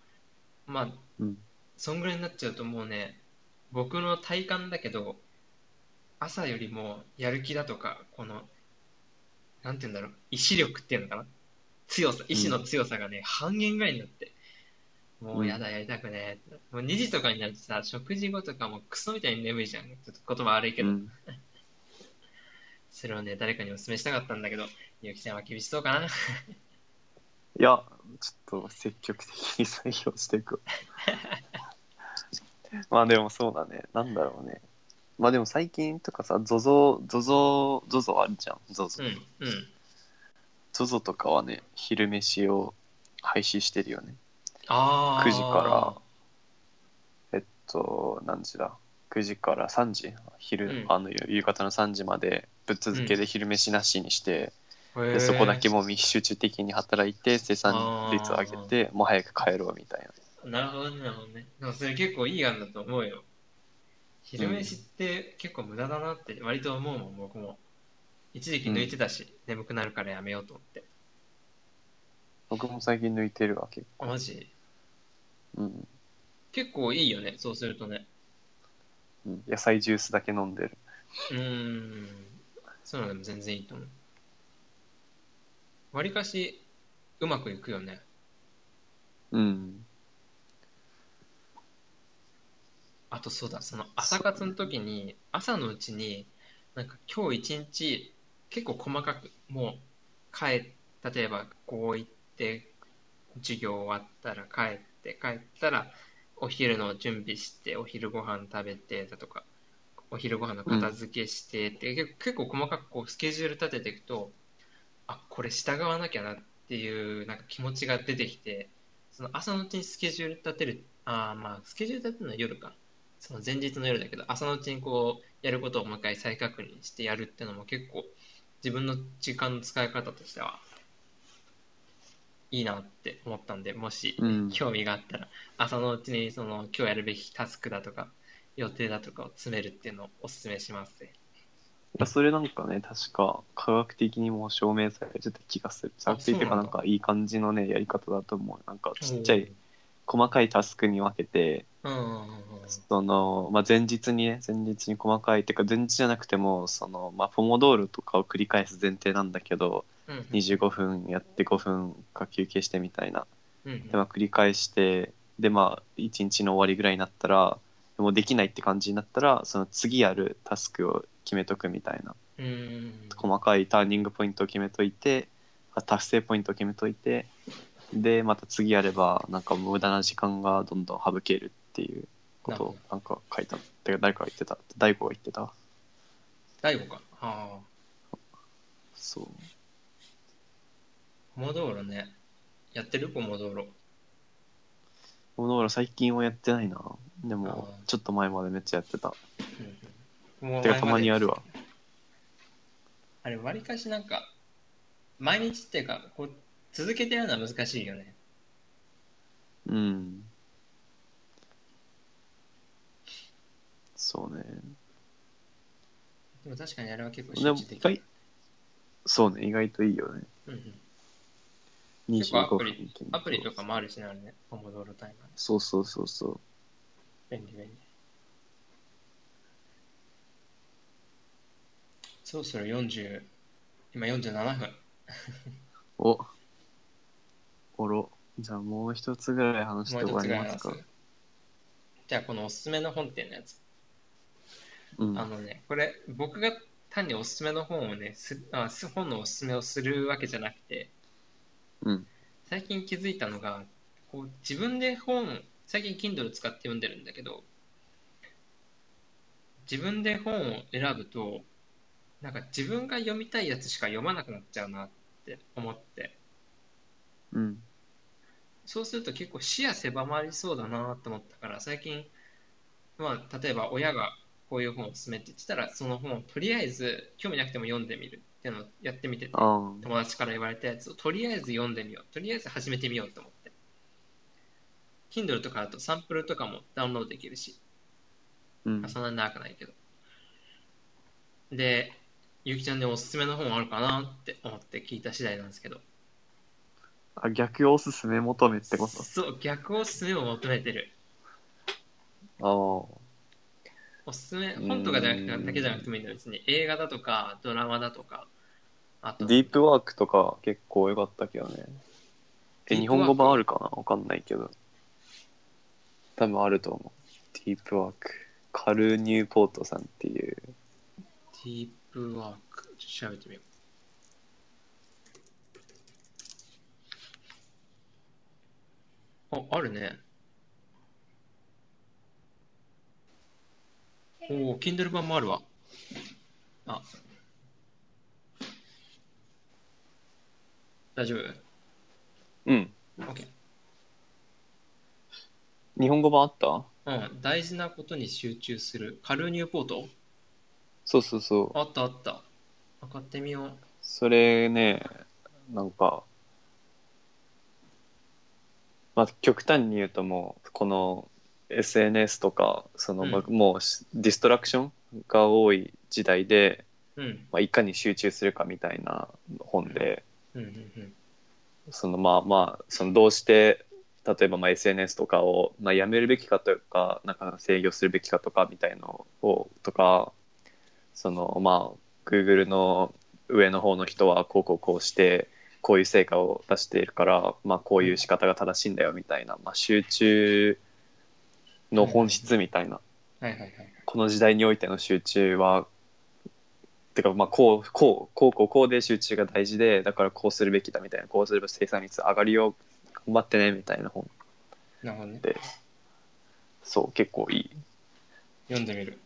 まあうん。そんぐらいになっちゃうともうね僕の体感だけど朝よりもやる気だとかこのなんて言うんだろう意志力っていうのかな強さ意志の強さがね、半減ぐらいになってもうやだやりたくねえ、もう2時とかになってさ食事後とかもクソみたいに眠いじゃんちょっと言葉悪いけうど、ん。それをね誰かにお勧めしたかったんだけどゆきちゃんは厳しそうかないや、ちょっと積極的に採用してい く。まあでもそうだね。なんだろうね。まあでも最近とかさ、ゾゾ、ゾゾ、ゾゾあるじゃん。ゾうゾん。うんゾゾとかはね、昼飯を廃止してるよね。ああ9時から、えっと、何時だ ?9 時から3時昼、うんあの、夕方の3時までぶっ続けうで昼飯なしにして、らでそこだけもう集中的に働いて、生産率を上げて、もう早く帰ろうみたいな。なるほどね、なるほどね。でもそれ結構いい案だと思うよ。昼飯って結構無駄だなって割と思うもん、僕も。一時期抜いてたし、眠くなるからやめようと思って。僕も最近抜いてるわ、結あ構マ。ジうん。結構いいよね、そうするとね。うん野菜ジュースだけ飲んでる。うーん。そういうのでも全然いいと思う。割かし、うまくいくよね。うん。あとそうだ、その朝活の時に、朝のうちに、なんか今日一日、結構細かく、もう、帰、例えばこう行って、授業終わったら帰って、帰ったら、お昼の準備して、お昼ご飯食べてだとか、お昼ご飯の片付けしてって、結構結構細かくこうスケジュール立てていくと、あ、これ従わなきゃなっていう、なんか気持ちが出てきて、その朝のうちにスケジュール立てる、ああ、まあ、スケジュール立てるのは夜か。その前日の夜だけど、朝のうちにこう、やることをもう一回再確認してやるってのも結構、自分の時間の使い方としては、いいなって思ったんで、もし、うん。興味があったら朝のうちにその今日やるべきタスクだとか予定だとかを詰めるっていうのをおすすめしますねいやそれなんかね確か科学的にもう証明されてた気がする科学的というそうなかなんんだかいい感じのねやり方だと思うなんかちっちゃおい細かいタスクに分けてうんうんうんうんその、まあ、前日にね前日に細かいっていうか前日じゃなくてもその、まあ、ポモドールとかを繰り返す前提なんだけどうんうん25分やって5分か休憩してみたいなうんうんで、まあ、繰り返してでまあ1日の終わりぐらいになったらもうできないって感じになったらその次やるタスクを決めとくみたいな。うんうん細かいターニングポイントを決めといてあ達成ポイントを決めといてでまた次やればなんか無駄な時間がどんどん省けるっていうことをなんか書いたてか誰かが言ってた大悟が言ってた第五かああそうポモドーロねやってるポモドーロもうだから最近はやってないなでもあーちょっと前までめっちゃやってたうんうんてかたまにやるわあれ割かしなんか毎日っていうかこう続けてやるのは難しいよねうんそうねでも確かにあれは結構で集も中意的外そうね意外といいよねうんうん結構25アプ分リアプリとかもあるしねあれねポモドーロタイマーねそうそうそうそう便利便利そろそろ40今47分お、おろ。じゃあもう一つぐらい話しもうて一終わつりぐらいま話すすか。じゃあこのおすすめの本っていうのやつ、うん。あのねこれ僕が単におすすめの本をねすあす本のおすすめをするわけじゃなくてうん。最近気づいたのがこう自分で本最近 Kindle 使って読んでるんだけど自分で本を選ぶとなんか自分が読みたいやつしか読まなくなっちゃうなって思ってうん。そうすると結構視野狭まりそうだなと思ったから最近、まあ、例えば親がこういう本を勧めって言ってたらその本をとりあえず興味なくても読んでみるっていうのをやってみててああ。友達から言われたやつをとりあえず読んでみようとりあえず始めてみようと思って Kindle とかだとサンプルとかもダウンロードできるしうんまあ。そんなに長くないけどでゆきちゃんにおすすめの本あるかなって思って聞いた次第なんですけどあ、逆おすすめ求めってことそう逆をすめを求めてるああ。おすすめ本とかだけじゃなくてもいいんだよ別に映画だとかドラマだとかあとディープワークとか結構良かったけどね。え、ディー日プワーク本語版あるかなわかんないけど。多分あると思う。ディープワーク。カル・ニューポートさんっていう。ディープワークちょっと調べてみようああるねおお Kindle 版もあるわあ大丈夫うん。 ?OK 日本語版あったうん大事なことに集中するカルーニューポートそうそうそう。あったあった。あ買ってみよう。それね、なんか、まあ、極端に言うともう、この SNS とか、その、まあうもうしディストラクションが多い時代で、うん。まあ、いかに集中するかみたいな本で、うんうんうん。そのまあまあ、そのどうして、例えばまあ SNS とかを、まあ、やめるべきかというか、なんか制御するべきかとかみたいのを、とか、そのまあ、Google の上の方の人はこうこうこうして、こういう成果を出しているから、まあこういう仕方が正しいんだよみたいな、まあ集中の本質みたいなはいはいはいはい。この時代においての集中はてかまあこうこうこうこうこうで集中が大事でだからこうするべきだみたいなこうすれば生産率上がるよ頑張ってねみたいな本なるほどね。でそう結構いい読んでみる。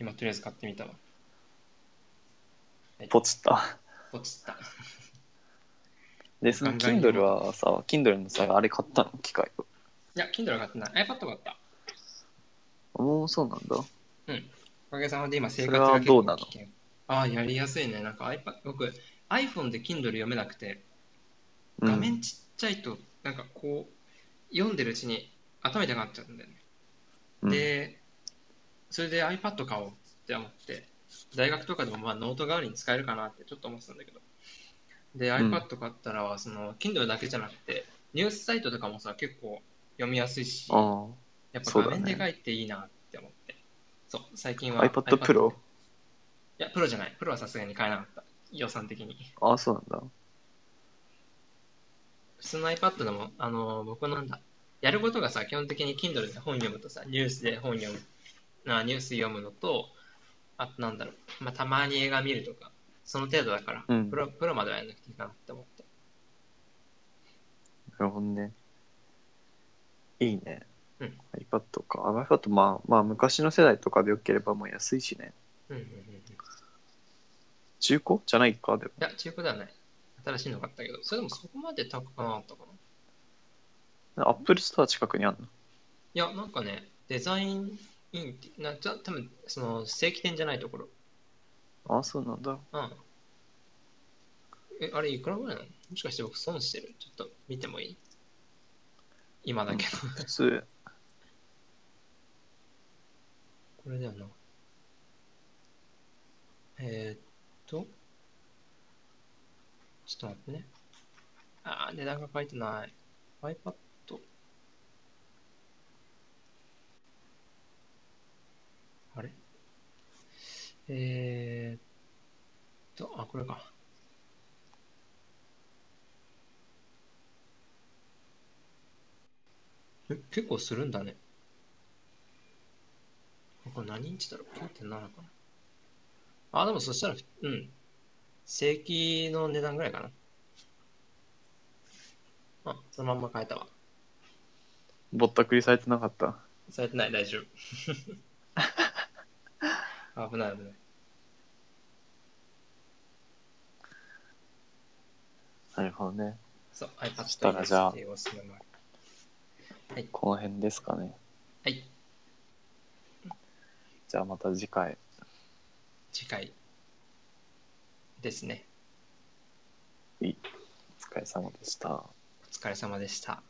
今とりあえず買ってみたわ。ポツった落ちた。でそのガンガン読 Kindle むはさ Kindle のさあれ買ったの機械いや、Kindle は買ってない。iPad 買った。もうそうなんだおかげさまで今生活それはが結どうな構危の険。ああ、やりやすいね。なんか iPad、僕 iPhone で Kindle 読めなくて、うん画面ちっちゃいと、なんかこう、読んでるうちに頭痛くなっちゃうんだよね。うんで、それで iPad 買おうって思って、大学とかでもまあノート代わりに使えるかなってちょっと思ってたんだけど、で、ん iPad 買ったら、その、Kindle だけじゃなくて、ニュースサイトとかもさ、結構読みやすいし、やあっぱそう画だね面で書いていいなって思って、そう,、最近あは iPad Pro いや、プロじゃない。プロはさすがに買えなかった。予算的に。ああそうなんだ普通の iPad でも、あの僕なんだ、やることがさ、基本的に Kindle で本読むとさ、ニュースで本読む、なニュース読むのと、あとなんだろう、まあ、たまに映画見るとか、その程度だから、うんプロプロまではやんなくていいかなって思って。なるほどねいいね、うん iPad かあ iPad まあまあ昔の世代とかでよければもう安いしねうんうんうんうん。い中古じゃないかでもや、中古ではない。新しいの買ったけど、それでもそこまで高くなかったかな。いアップルストア近くにあるのや、なんかね、デザインインって、なじゃ多分その正規店じゃないところ。ああそうなんだうん。え、あれいくらぐらいなのもしかして僕損してるちょっと見てもいい今だけど。普通これだよな。えー、っと。ちょっと待ってね。あー、値段が書いてない。iPad。あれえー、っと、あ、これか。え、結構するんだね。これ何インチだろう ?9.7 かな。あ、でもそしたら、うん。正規の値段ぐらいかな。あ、そのまんま変えたわ。ぼったくりされてなかった。されてない、大 丈夫。危ない、危ない。なるほどね。そう、iPad そしたらじゃあという様子のもあるこの辺ですかね。はい、じゃあまた次回。次回ですね。お疲れ様でした。お疲れ様でした。